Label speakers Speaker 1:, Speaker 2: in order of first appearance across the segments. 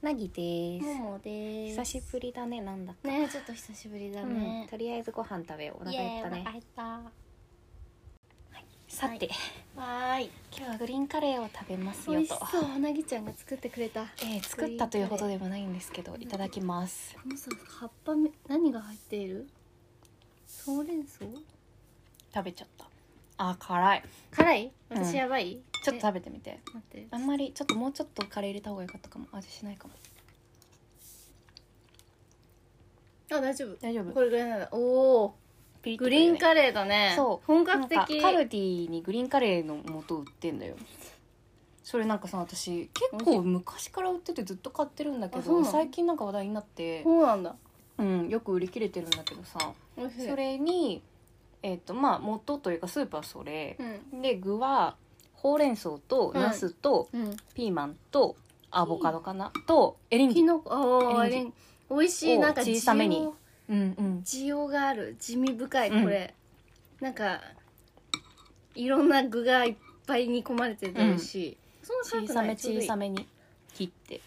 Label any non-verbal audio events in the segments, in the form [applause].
Speaker 1: なぎです、
Speaker 2: ももです
Speaker 1: 久しぶりだねなんだか、
Speaker 2: ねちょっと久しぶりだ
Speaker 1: うん
Speaker 2: ね、
Speaker 1: とりあえずご飯食べようお
Speaker 2: イ
Speaker 1: 腹
Speaker 2: エ
Speaker 1: 減
Speaker 2: ーイ
Speaker 1: ったね
Speaker 2: お腹減ったわ
Speaker 1: さて、
Speaker 2: ーい
Speaker 1: 今日はグリーンカレーを食べます
Speaker 2: 美
Speaker 1: よ
Speaker 2: 味し
Speaker 1: と
Speaker 2: そうなぎちゃんが作ってくれた
Speaker 1: えー、作ったということでもないんですけどいただきます
Speaker 2: このさ葉っぱめ何が入っているほうれん草
Speaker 1: 食べちゃったあー辛い
Speaker 2: 辛い
Speaker 1: うん
Speaker 2: 私やばい、
Speaker 1: ちょっと
Speaker 2: え
Speaker 1: 食べてみて
Speaker 2: 待って
Speaker 1: あんまりちょっともうちょっとカレー入れた方が良かったかも味しないかも
Speaker 2: あ大丈夫
Speaker 1: 大丈夫
Speaker 2: これぐらいならおお
Speaker 1: ピリッとく
Speaker 2: グ
Speaker 1: る
Speaker 2: リ
Speaker 1: よね
Speaker 2: ーンカレーだね
Speaker 1: そう
Speaker 2: 本
Speaker 1: な
Speaker 2: 格
Speaker 1: んか
Speaker 2: 的
Speaker 1: カルディにグリーンカレーの素売ってんだよそれなんかさ私結構昔から売っててずっと買ってるんだけ
Speaker 2: あそう
Speaker 1: ど
Speaker 2: なの
Speaker 1: 最近なんか話題になって、
Speaker 2: そうなんだ
Speaker 1: うん、よく売り切れてるんだけどさ
Speaker 2: 美味しい
Speaker 1: それにえっ、とまあ素というかスープはそれ
Speaker 2: うん
Speaker 1: で具はほうれん草と
Speaker 2: うん
Speaker 1: ナスと
Speaker 2: うん
Speaker 1: ピーマンとアボカドかなとエリン
Speaker 2: き
Speaker 1: ギ
Speaker 2: のこあー
Speaker 1: エリン
Speaker 2: 美味しい
Speaker 1: を
Speaker 2: なんか
Speaker 1: 小さめに
Speaker 2: 地を
Speaker 1: うんうん
Speaker 2: 需要がある地味深い
Speaker 1: うん
Speaker 2: これ、なんかいろんな具がいっぱい煮込まれてて美味しい、そ
Speaker 1: 小
Speaker 2: んな辛く
Speaker 1: さ
Speaker 2: な
Speaker 1: め
Speaker 2: いちょうど
Speaker 1: 小
Speaker 2: いい
Speaker 1: さめに切って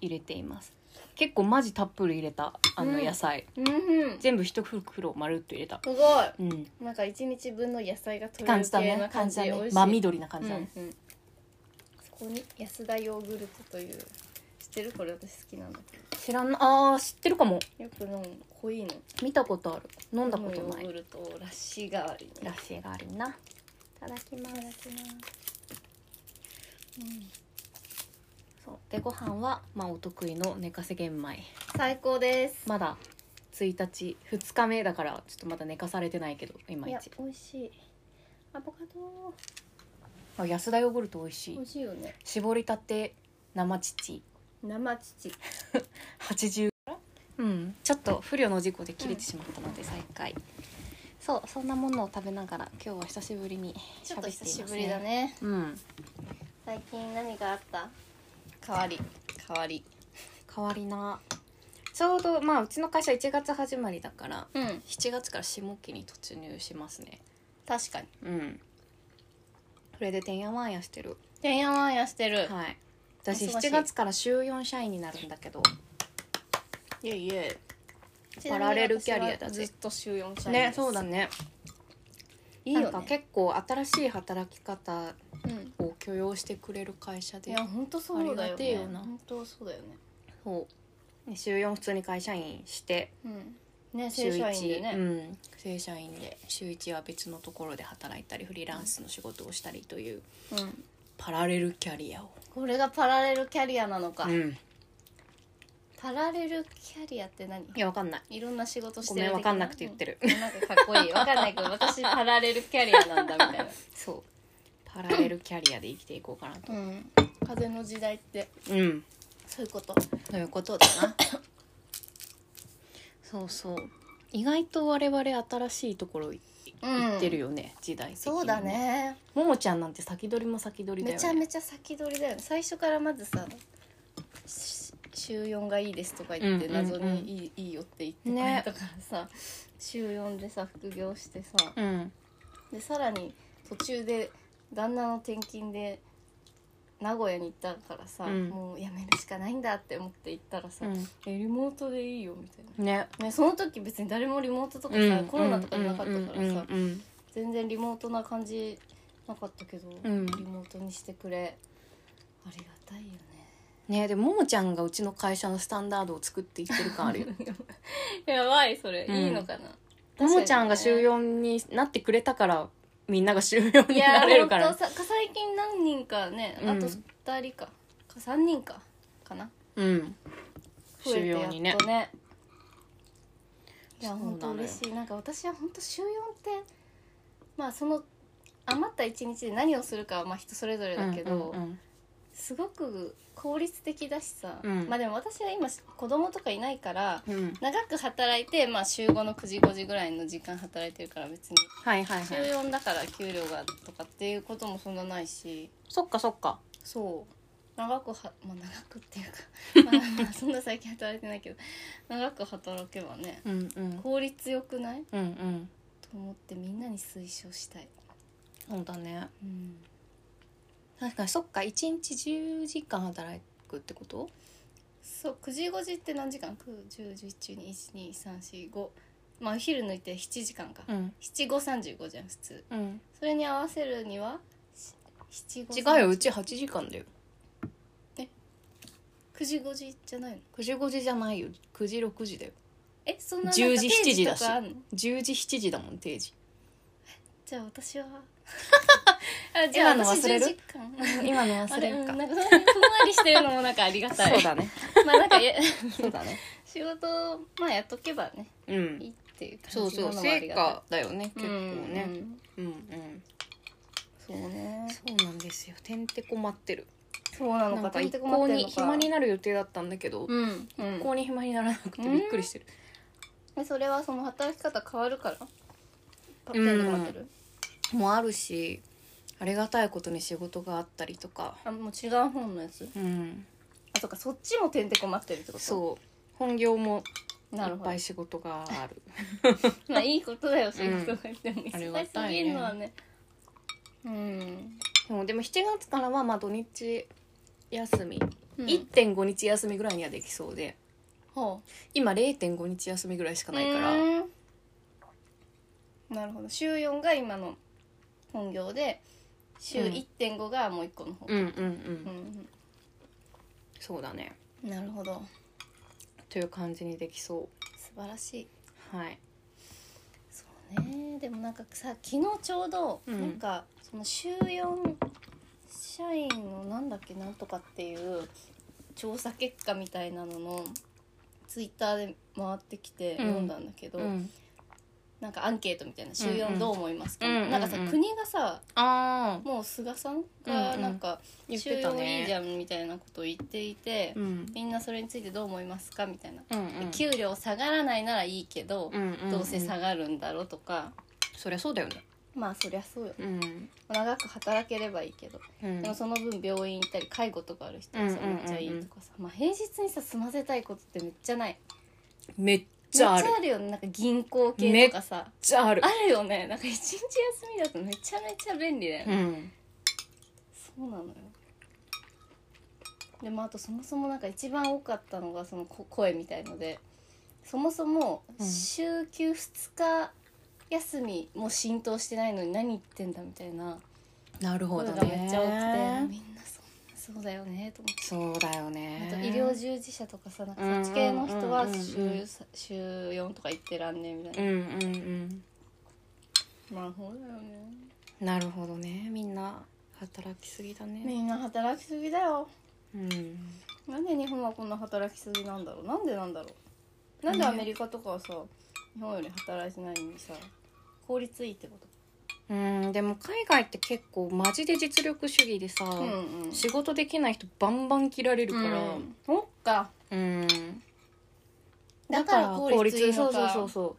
Speaker 1: 入れています結構マジたっぷり入れたあの
Speaker 2: うん
Speaker 1: 野菜、
Speaker 2: うんうんす
Speaker 1: 全部一袋まるっと入れた
Speaker 2: ごい
Speaker 1: うん
Speaker 2: なんか一日分の野菜が取れ
Speaker 1: 感
Speaker 2: る
Speaker 1: じだ
Speaker 2: 系
Speaker 1: ね
Speaker 2: な
Speaker 1: 感
Speaker 2: 感
Speaker 1: じ
Speaker 2: じ
Speaker 1: だ
Speaker 2: で美
Speaker 1: ね
Speaker 2: 味しい
Speaker 1: 真緑な感じだね、
Speaker 2: うんうんそこに安田ヨーグルトという知ってるこれ私好きなんだけ
Speaker 1: 知らんあー知ってるかも
Speaker 2: どよく飲む濃いの
Speaker 1: 見たことある飲んだこと
Speaker 2: ヨ
Speaker 1: な
Speaker 2: ーグ
Speaker 1: い
Speaker 2: ルトをラッシー代わりに
Speaker 1: らしいがあるないただきます
Speaker 2: うん
Speaker 1: そうでご飯はまあお得意の寝かせ玄米
Speaker 2: 最高です
Speaker 1: まだ1日2日目だからちょっとまだ寝かされてないけどいま
Speaker 2: い
Speaker 1: い
Speaker 2: や
Speaker 1: ち
Speaker 2: 美味しいアボカド
Speaker 1: あ安田ヨーグルト美味し
Speaker 2: 美
Speaker 1: い
Speaker 2: 味しいよね
Speaker 1: 絞りたて生乳
Speaker 2: 生乳
Speaker 1: 80うんちょっと不慮の事故で切れてしまったので再開、そうそんなものを食べながら今日は久しぶりに
Speaker 2: ちょっと久し
Speaker 1: 喋っています
Speaker 2: ぶりだね
Speaker 1: うん
Speaker 2: 最近何があった変わり変わり
Speaker 1: 変わりなちょうどまあうちの会社1月始まりだから
Speaker 2: うん
Speaker 1: 7月から下期に突入しますね
Speaker 2: 確かに
Speaker 1: うんそれでてんやわんやしてる
Speaker 2: てんやわんやしてる、
Speaker 1: はい私
Speaker 2: 忙しい
Speaker 1: 7月から週4社員になるんだけど
Speaker 2: い、えいえ
Speaker 1: パラレルキャリアだぜ
Speaker 2: ずっと週4社員
Speaker 1: ねそうだね
Speaker 2: いいよね
Speaker 1: なんか結構新しい働き方
Speaker 2: うん
Speaker 1: を許容してくれる会社
Speaker 2: い
Speaker 1: で
Speaker 2: や本当そうだ
Speaker 1: あり
Speaker 2: よ
Speaker 1: がてえ
Speaker 2: ね
Speaker 1: よな
Speaker 2: 本当そうだよね
Speaker 1: そうね週4普通に会社員して
Speaker 2: うんね正社員で
Speaker 1: 週一う
Speaker 2: ね、
Speaker 1: ん、正社員で週1は別のところで働いたりフリーランスの仕事をしたりという
Speaker 2: うん、
Speaker 1: パラレルキャリアを、
Speaker 2: これがパラレルキャリアなのか、
Speaker 1: うん、
Speaker 2: パラレルキャリアって何
Speaker 1: いやわかんない
Speaker 2: いろんな仕事し
Speaker 1: ご
Speaker 2: てる
Speaker 1: めんわかんなくて言って
Speaker 2: る、
Speaker 1: る、
Speaker 2: うんなんかかっこいいわかんないけど私パラレルキャリアなんだみたいな
Speaker 1: そうパラレルキャリアで生きていこうかなと
Speaker 2: うん風の時代って
Speaker 1: うん
Speaker 2: そういうこと
Speaker 1: ということだ
Speaker 2: [coughs]
Speaker 1: なそうそう意外と我々新しいところい行ってるよね、時代的に
Speaker 2: そうだね
Speaker 1: ももちゃんなんて先取りも先取りだ
Speaker 2: め
Speaker 1: よ
Speaker 2: ち
Speaker 1: ね
Speaker 2: ゃめちゃ先取りだよね最初からまずさし週4がいいですとか言って
Speaker 1: うんうんうん
Speaker 2: 謎にいい,、いいよって言ってくれたからさ、週4でさ副業してさ
Speaker 1: うん
Speaker 2: でさらに途中で旦那の転勤で名古屋に行ったからさ、
Speaker 1: うん
Speaker 2: もうやめるしかないんだって思って行ったらさ、
Speaker 1: うん
Speaker 2: えリモートでいいよみたい
Speaker 1: ね
Speaker 2: な、ね、その時別に誰もリモートとかさ、
Speaker 1: うん
Speaker 2: コロナとかじゃなかったからさ、
Speaker 1: うんうんうん
Speaker 2: 全然リモートな感じなかったけど、
Speaker 1: うん
Speaker 2: リモートにしてくれありがたいよね
Speaker 1: ねでもももちゃんがうちの会社のスタンダードを作っていってる感あるよ
Speaker 2: [laughs] やばいそれ、
Speaker 1: うん
Speaker 2: いいのかな
Speaker 1: [laughs] ももちゃんが週
Speaker 2: 収容
Speaker 1: 4になってくれたからみんなが週4
Speaker 2: い
Speaker 1: に
Speaker 2: や
Speaker 1: なれる
Speaker 2: 本
Speaker 1: か
Speaker 2: 当
Speaker 1: ら、
Speaker 2: さ最近何人かねあと
Speaker 1: うん
Speaker 2: 2人か、か3人かかな
Speaker 1: うん
Speaker 2: 増えて
Speaker 1: 週
Speaker 2: やっ
Speaker 1: 4
Speaker 2: と
Speaker 1: に
Speaker 2: ね
Speaker 1: ね
Speaker 2: いや
Speaker 1: そうなのよ
Speaker 2: 本当嬉しいなんか私は本当週4ってまあその余った1日で何をするかはまあ人それぞれだけど、
Speaker 1: うん
Speaker 2: すごく効率的だしさ、
Speaker 1: うん
Speaker 2: まあでも私は今子供とかいないから
Speaker 1: うんうん
Speaker 2: 長く働いて、まあ、週5の9時5時ぐらいの時間働いてるから別に
Speaker 1: はいはい
Speaker 2: 週
Speaker 1: はい
Speaker 2: 4だから給料がとかっていうこともそんなないし
Speaker 1: そっかそっか
Speaker 2: そう長くは、まあ、長くって
Speaker 1: [laughs]
Speaker 2: いうか、まあまあ、そんな最近働いてないけど長く働けばね
Speaker 1: うんうん
Speaker 2: 効率よくない
Speaker 1: うんうん
Speaker 2: と思ってみんなに推奨したい、
Speaker 1: そうだね
Speaker 2: うん、
Speaker 1: 確かにそっか1日10時間働くってこと
Speaker 2: そう9時5時って何時間 ?91011121345 まあお昼抜いて7時間か、
Speaker 1: うん
Speaker 2: 7535じゃん普通
Speaker 1: うん
Speaker 2: それに合わせるには7
Speaker 1: 違うようち8時間だよ
Speaker 2: 9時5時じゃないの
Speaker 1: 9時5時じゃないよ9時6時だよ
Speaker 2: えそんな
Speaker 1: 10時7時だし
Speaker 2: なんか定とかあんの
Speaker 1: 10時7時だもん定時
Speaker 2: じゃあ
Speaker 1: [laughs]
Speaker 2: 私はあじゃあ
Speaker 1: 今の忘れる
Speaker 2: 私10時間
Speaker 1: 今の
Speaker 2: あ
Speaker 1: 忘
Speaker 2: れ
Speaker 1: れ
Speaker 2: う
Speaker 1: る
Speaker 2: ん
Speaker 1: か
Speaker 2: なんかそんなにふんわりしてるのもなんかありがたい
Speaker 1: そうだね
Speaker 2: まあなんかいや
Speaker 1: そうだね
Speaker 2: 仕事まあやっとけばね
Speaker 1: うん
Speaker 2: いいっていう
Speaker 1: そ
Speaker 2: 感
Speaker 1: う
Speaker 2: じ
Speaker 1: そ
Speaker 2: な
Speaker 1: う
Speaker 2: のはあ
Speaker 1: 成
Speaker 2: りがたい
Speaker 1: 果だよね結構ね
Speaker 2: うんうん
Speaker 1: うんうん
Speaker 2: そうね
Speaker 1: そうなんですよてんてこ待ってる
Speaker 2: そうなの
Speaker 1: な
Speaker 2: か
Speaker 1: んか
Speaker 2: てん
Speaker 1: 一
Speaker 2: てこま
Speaker 1: 向
Speaker 2: ってん
Speaker 1: に
Speaker 2: のか
Speaker 1: 暇になる予定だったんだけど
Speaker 2: うん、う
Speaker 1: 一
Speaker 2: ん
Speaker 1: 向に暇にならなくてびっくりしてる
Speaker 2: えそれはその働き方変わるからパッてんとこ待ってる
Speaker 1: もあるしありがたいことに仕事があったりとか
Speaker 2: あもう違う本のやつ
Speaker 1: うん
Speaker 2: あそうかそっちもてんてこ待ってるってこと
Speaker 1: そう本業も
Speaker 2: う
Speaker 1: い
Speaker 2: なる
Speaker 1: っ
Speaker 2: ほど
Speaker 1: ぱい仕事がある
Speaker 2: まあいいことだよ仕事がでも
Speaker 1: あり
Speaker 2: 忙
Speaker 1: が
Speaker 2: し
Speaker 1: た
Speaker 2: す
Speaker 1: いね
Speaker 2: ぎるのはねうん
Speaker 1: で [laughs] もでも7月からはまあ土日休み、
Speaker 2: うん
Speaker 1: 1.5日休みぐらいにはできそうで
Speaker 2: ほ
Speaker 1: 今0.5日休みぐらいしか
Speaker 2: う
Speaker 1: ないから、
Speaker 2: うんなるほど週4が今の本業で週
Speaker 1: うん
Speaker 2: 1.5がもう一個の方
Speaker 1: うんうんうん、
Speaker 2: うん
Speaker 1: そうだね
Speaker 2: なるほど
Speaker 1: という感じにできそ
Speaker 2: 素晴らしいう
Speaker 1: はい
Speaker 2: そうねでもなんかさ昨日ちょうど、
Speaker 1: うん
Speaker 2: なんかその週4社員のなんだっけなんとかっていう調査結果みたいなののツイッターで回ってきて
Speaker 1: うん
Speaker 2: 読んだんだけど、
Speaker 1: うん
Speaker 2: なんかアンケートみたいな「週
Speaker 1: うんう
Speaker 2: 4
Speaker 1: ん
Speaker 2: どう思いますか
Speaker 1: うんうん
Speaker 2: なんかさ
Speaker 1: うん
Speaker 2: 国がさ
Speaker 1: ああ
Speaker 2: もう菅さん
Speaker 1: うんう
Speaker 2: が
Speaker 1: ん
Speaker 2: なんか「
Speaker 1: 言っ
Speaker 2: 週
Speaker 1: てた
Speaker 2: 4いいじ
Speaker 1: ね
Speaker 2: ゃん」みたいなことを言っていて、
Speaker 1: うん
Speaker 2: みんなそれについてどう思いますかみたいな。
Speaker 1: うん
Speaker 2: で
Speaker 1: うん
Speaker 2: 給料下がらないならいいけど、
Speaker 1: うんうん
Speaker 2: どうせ下がるんだろうとか
Speaker 1: そりゃそうだよね
Speaker 2: まあそりゃそうよ
Speaker 1: うん
Speaker 2: 長く働ければいいけど、
Speaker 1: うん
Speaker 2: でもその分病院行ったり介護とかある人はさ、
Speaker 1: うんうんうんうん
Speaker 2: めっちゃいいとかさ、まあ、平日にさ済ませたいことってめっちゃない
Speaker 1: めっ
Speaker 2: めっち
Speaker 1: ちゃ
Speaker 2: ゃ
Speaker 1: あ
Speaker 2: あ
Speaker 1: る
Speaker 2: る
Speaker 1: めっ
Speaker 2: よねなんか銀行系とかさ
Speaker 1: ちゃある
Speaker 2: あるよねなんか一日休みだとめちゃめちゃ便利だよ
Speaker 1: う
Speaker 2: ね、
Speaker 1: ん
Speaker 2: そうなのよでもあとそもそもなんか一番多かったのがそのこ声みたいのでそもそも
Speaker 1: うん
Speaker 2: 週休2日休みも浸透してないのに何言ってんだみたいな
Speaker 1: なるほ
Speaker 2: 声
Speaker 1: ど
Speaker 2: がめ
Speaker 1: ね
Speaker 2: っちゃ多くてみんなそんなそうだよねと思って。
Speaker 1: そうだよ
Speaker 2: あ
Speaker 1: ね
Speaker 2: と医療従事者とかさなんかそっち系の人
Speaker 1: う
Speaker 2: は
Speaker 1: んうんうん
Speaker 2: 週
Speaker 1: うんうん
Speaker 2: 週4とか行ってらんねみたい
Speaker 1: うん
Speaker 2: な、
Speaker 1: うんうん
Speaker 2: まあそうだよね
Speaker 1: なるほどねみんな働きすぎだね
Speaker 2: みんな働きすぎだよ
Speaker 1: うん
Speaker 2: なんで日本はこんな働きすぎなんだろうなんでなんだろうなんでアメリカとかはさ日本より働いてないのにさ効率いいってこ
Speaker 1: うんでも海外って結構マジで実力主義でさ、
Speaker 2: とうんうん
Speaker 1: 仕事できない人バンバン切られるから
Speaker 2: うんそっか
Speaker 1: うん、
Speaker 2: だから効率いいのか
Speaker 1: そうそうそ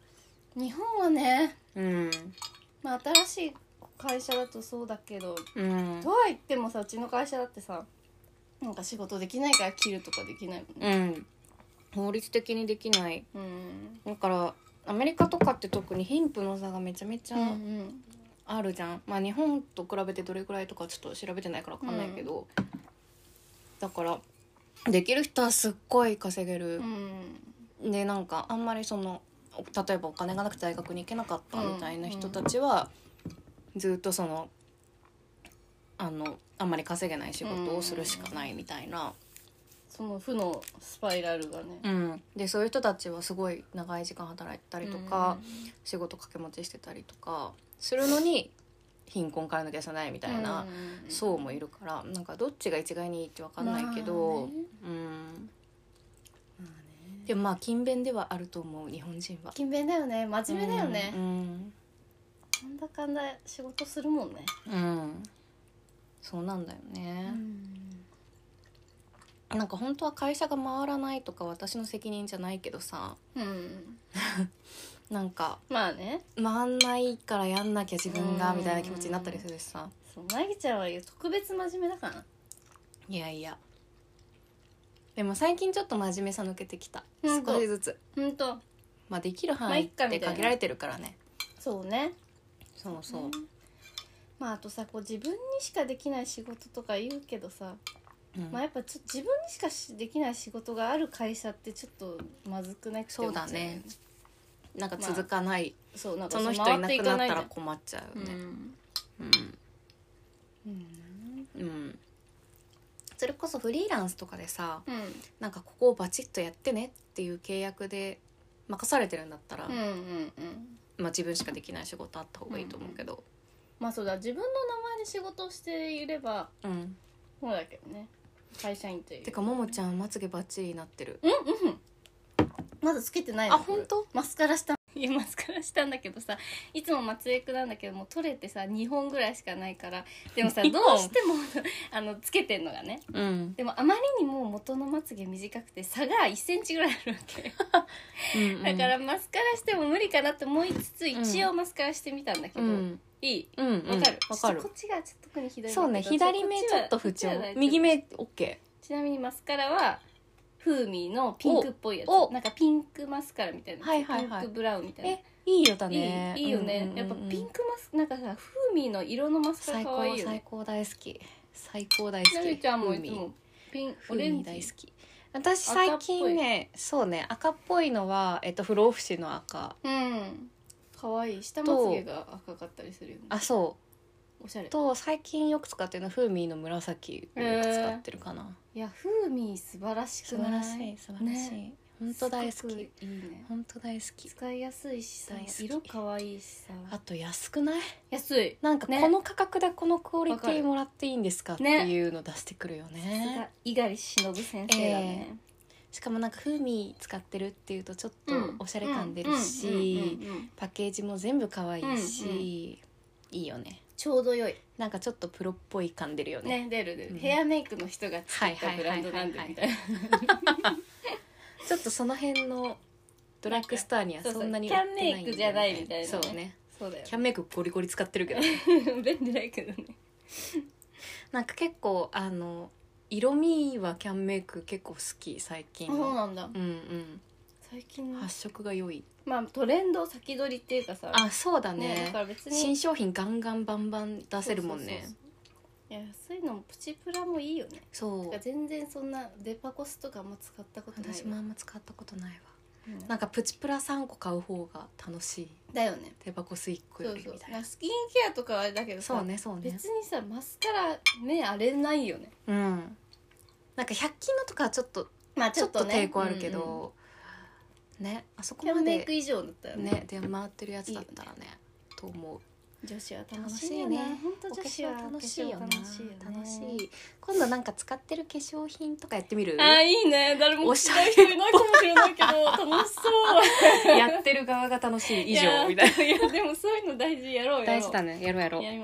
Speaker 1: う
Speaker 2: 日本はね、
Speaker 1: そううん
Speaker 2: まあ、新しい会社だとそうだけど
Speaker 1: うん
Speaker 2: とは言ってもさうちの会社だってさなんか仕事できないから切るとかできないもんね
Speaker 1: うん法律的にできない
Speaker 2: うん
Speaker 1: だからアメリカとかって特に貧富の差がめちゃめち
Speaker 2: じ
Speaker 1: ゃあるじゃん、まあ日本と比べてどれくらいとかちょっと調べてないから分かんないけど、だからできる人はすっごい稼げる
Speaker 2: うん、
Speaker 1: でなんかあんまりそのお例えばお金がなくて大学に行けなかった
Speaker 2: うん
Speaker 1: みたいな人たちは、ずっとそのあのあんまり稼げない仕事をするしかないみたいな、
Speaker 2: その負のスパイラルがね
Speaker 1: うんでそういう人たちはすごい長い時間働いてたりとか、仕事掛け持ちしてたりとかするのに貧困から抜け出せないみ
Speaker 2: み
Speaker 1: たいな層もいるからなんかどっちが一概にいいって分かんないけど、うんでもまあ勤勉ではあると思う日本人は。
Speaker 2: 勤勉だよね真面目だよね
Speaker 1: う、ん
Speaker 2: なんだかんだ仕事するもんね、
Speaker 1: うんそうなんだよ
Speaker 2: う
Speaker 1: ね、
Speaker 2: ん、
Speaker 1: なんか本当は会社が回らないとか私の責任じゃないけどさなんか
Speaker 2: まあね
Speaker 1: 回んないからやんなきゃ自分が
Speaker 2: うん
Speaker 1: みたいな気持ちになったりするしさ
Speaker 2: そうなぎちゃんは特別真面目だからない
Speaker 1: やいやでも最近ちょっと真面目さ抜けてきた
Speaker 2: ほんと
Speaker 1: 少しずつ、
Speaker 2: ほんと
Speaker 1: まあ、できる
Speaker 2: まあ
Speaker 1: 範
Speaker 2: い
Speaker 1: 囲
Speaker 2: っ
Speaker 1: っ
Speaker 2: かみ
Speaker 1: て
Speaker 2: たいな
Speaker 1: 限られてるからね
Speaker 2: そうね
Speaker 1: そうそう
Speaker 2: まああとさこう自分にしかできない仕事とか言うけどさ
Speaker 1: うん
Speaker 2: まあ、やっぱちょっと自分にしかしできない仕事がある会社ってちょっとまずくないって
Speaker 1: そう
Speaker 2: 思っちゃ
Speaker 1: だ
Speaker 2: う
Speaker 1: ねなんか続かない、
Speaker 2: そうなんか
Speaker 1: その人いなくなったら困っちゃう
Speaker 2: う
Speaker 1: よね
Speaker 2: ん、うん
Speaker 1: うん、うんそれこそフリーランスとかでさ
Speaker 2: うん
Speaker 1: なんかここをバチッとやってねっていう契約で任されてるんだったら、
Speaker 2: うんうんうん
Speaker 1: まあ、自分しかできない仕事あった方がいいと思うけど、
Speaker 2: まあそうだ自分の名前で仕事をしていれば
Speaker 1: うん
Speaker 2: そうだけどね会社員という
Speaker 1: てかももちゃんまつげバッチリなってる、
Speaker 2: うんうんまだつけてないの
Speaker 1: あ本当
Speaker 2: マスカラしたいやマスカラしたんだけどさいつも松江区なんだけどもう取れてさ2本ぐらいしかないからでもさど
Speaker 1: 二
Speaker 2: う
Speaker 1: 本
Speaker 2: しても [laughs] あのつけてんのがね
Speaker 1: うん、
Speaker 2: でもあまりにも元のまつげ短くて差が1センチぐらいあるわけ
Speaker 1: うんうん
Speaker 2: [laughs] だからマスカラしても無理かなって思いつつ
Speaker 1: ん
Speaker 2: 一応マスカラしてみたんだけ
Speaker 1: う
Speaker 2: ど、
Speaker 1: ん
Speaker 2: いい
Speaker 1: うんうん
Speaker 2: わかる、
Speaker 1: わか
Speaker 2: ちょっと
Speaker 1: る
Speaker 2: こっちがちょっと特に左
Speaker 1: そうね左目ちょっと不調右
Speaker 2: 目
Speaker 1: 目 OK
Speaker 2: ちなみにマスカラはフーミーのピンクっぽいや
Speaker 1: おお
Speaker 2: つなんかピンクマスカラみたいな、
Speaker 1: はいはいはい
Speaker 2: ピンクブラウンみたいな
Speaker 1: えいいよだね
Speaker 2: いいいいよね、
Speaker 1: うんうんうん
Speaker 2: やっぱピンクマスなんかさフーミーの色のマスカラ
Speaker 1: 最
Speaker 2: 可
Speaker 1: 高
Speaker 2: 愛いよ
Speaker 1: 最
Speaker 2: ね
Speaker 1: 高大好き最高大好き
Speaker 2: なるちゃんもいつ
Speaker 1: 風味
Speaker 2: もピンオ
Speaker 1: 風
Speaker 2: レン
Speaker 1: 味
Speaker 2: ジ
Speaker 1: 大好き私最近ねそうね赤っぽいのは、えっと、不老不死の赤
Speaker 2: うん可愛い下まつげが赤かったりするよね
Speaker 1: あそ
Speaker 2: おしゃれ
Speaker 1: うと最近よく使ってるのは風味の紫をよく使ってるかな、
Speaker 2: いやフーミー素晴らしく
Speaker 1: 素
Speaker 2: な
Speaker 1: 晴
Speaker 2: い
Speaker 1: らしい素晴らしい、
Speaker 2: ね
Speaker 1: 本当大
Speaker 2: す
Speaker 1: 好
Speaker 2: ごく
Speaker 1: き
Speaker 2: いいね
Speaker 1: 本当大好き
Speaker 2: 使いやすいしさ
Speaker 1: 大好き
Speaker 2: 色可愛いしさ
Speaker 1: あと安くない
Speaker 2: 安い
Speaker 1: なんか
Speaker 2: ね
Speaker 1: この価格でこのクオリテ
Speaker 2: わか
Speaker 1: ィ
Speaker 2: る
Speaker 1: もらっていいんですかっていうの出してくるよね
Speaker 2: さすが猪狩忍先生だね、
Speaker 1: しかもなんか風味使ってるっていうとちょっと
Speaker 2: うん
Speaker 1: おしゃれ感出るし、
Speaker 2: うんうんうんうん
Speaker 1: パッケージも全部可愛いし、
Speaker 2: うんうん
Speaker 1: いいよね
Speaker 2: ちょうど良い
Speaker 1: なんかちょっとプロっぽい感出るよね
Speaker 2: ね出る出る、
Speaker 1: うん
Speaker 2: ヘアメイクの人が作っ
Speaker 1: は
Speaker 2: た
Speaker 1: い
Speaker 2: ブ
Speaker 1: はいは
Speaker 2: ラ
Speaker 1: い
Speaker 2: ンドなんで
Speaker 1: はいはい
Speaker 2: みたいな
Speaker 1: ちょっとその辺のドラッグストアにはそんなに
Speaker 2: そうそうキャンメイクじゃないみ
Speaker 1: 売
Speaker 2: たいなね
Speaker 1: ってそうね
Speaker 2: そうだよ
Speaker 1: キャンメイクゴリゴリ使ってるけど [laughs]
Speaker 2: 便利ないけどね
Speaker 1: なんか結構あの色味はキャンメイク結構好き最近
Speaker 2: そう
Speaker 1: の
Speaker 2: なんだ
Speaker 1: うん
Speaker 2: 最近
Speaker 1: うん
Speaker 2: の
Speaker 1: 発色が良い
Speaker 2: まあトレンド先取りっていうかさ
Speaker 1: あそうだ
Speaker 2: ね
Speaker 1: ね
Speaker 2: だから別に
Speaker 1: 新商品ガンガンバンバン出せるもんね
Speaker 2: そうそうそうそういや安いのもプチプラもいいよね
Speaker 1: そう
Speaker 2: だから全然そんなデパコスとかあんま使ったことないわ
Speaker 1: 私もあんま使ったことないわ
Speaker 2: うん
Speaker 1: なんかプチプラ3個買う方が楽しい
Speaker 2: だよね
Speaker 1: 手箱ス1個
Speaker 2: そ
Speaker 1: よ
Speaker 2: う
Speaker 1: り
Speaker 2: そう
Speaker 1: みたい
Speaker 2: な
Speaker 1: なん
Speaker 2: かスキンケアとかはあれだけどさ
Speaker 1: そうねそうね
Speaker 2: 別にさマスカラ目荒れないよね
Speaker 1: うんなんか100均のとかはちょっと
Speaker 2: まあ
Speaker 1: ちょっと
Speaker 2: ね
Speaker 1: 抵抗あるけ
Speaker 2: うんうん
Speaker 1: どねあそこ
Speaker 2: キャ
Speaker 1: ま
Speaker 2: ンメイク
Speaker 1: で
Speaker 2: 以上だったよね
Speaker 1: ね出回ってるやつだったらねと思う
Speaker 2: 女子は楽しいよね
Speaker 1: 楽しいね
Speaker 2: 本当
Speaker 1: お
Speaker 2: 女
Speaker 1: 化
Speaker 2: 子
Speaker 1: 粧
Speaker 2: は
Speaker 1: 楽しいよな
Speaker 2: 楽しいよね
Speaker 1: 楽しい今度なんか使ってる化粧品とかやってみる
Speaker 2: あーいいね誰も
Speaker 1: おしゃれ
Speaker 2: 聞きたい人いないかもしれないけど楽しそ
Speaker 1: [laughs]
Speaker 2: う
Speaker 1: やってる側が楽しい以上みたい
Speaker 2: ないやでもそういうの大事やろうやろう
Speaker 1: な大事だねやろうやろう
Speaker 2: やりましょう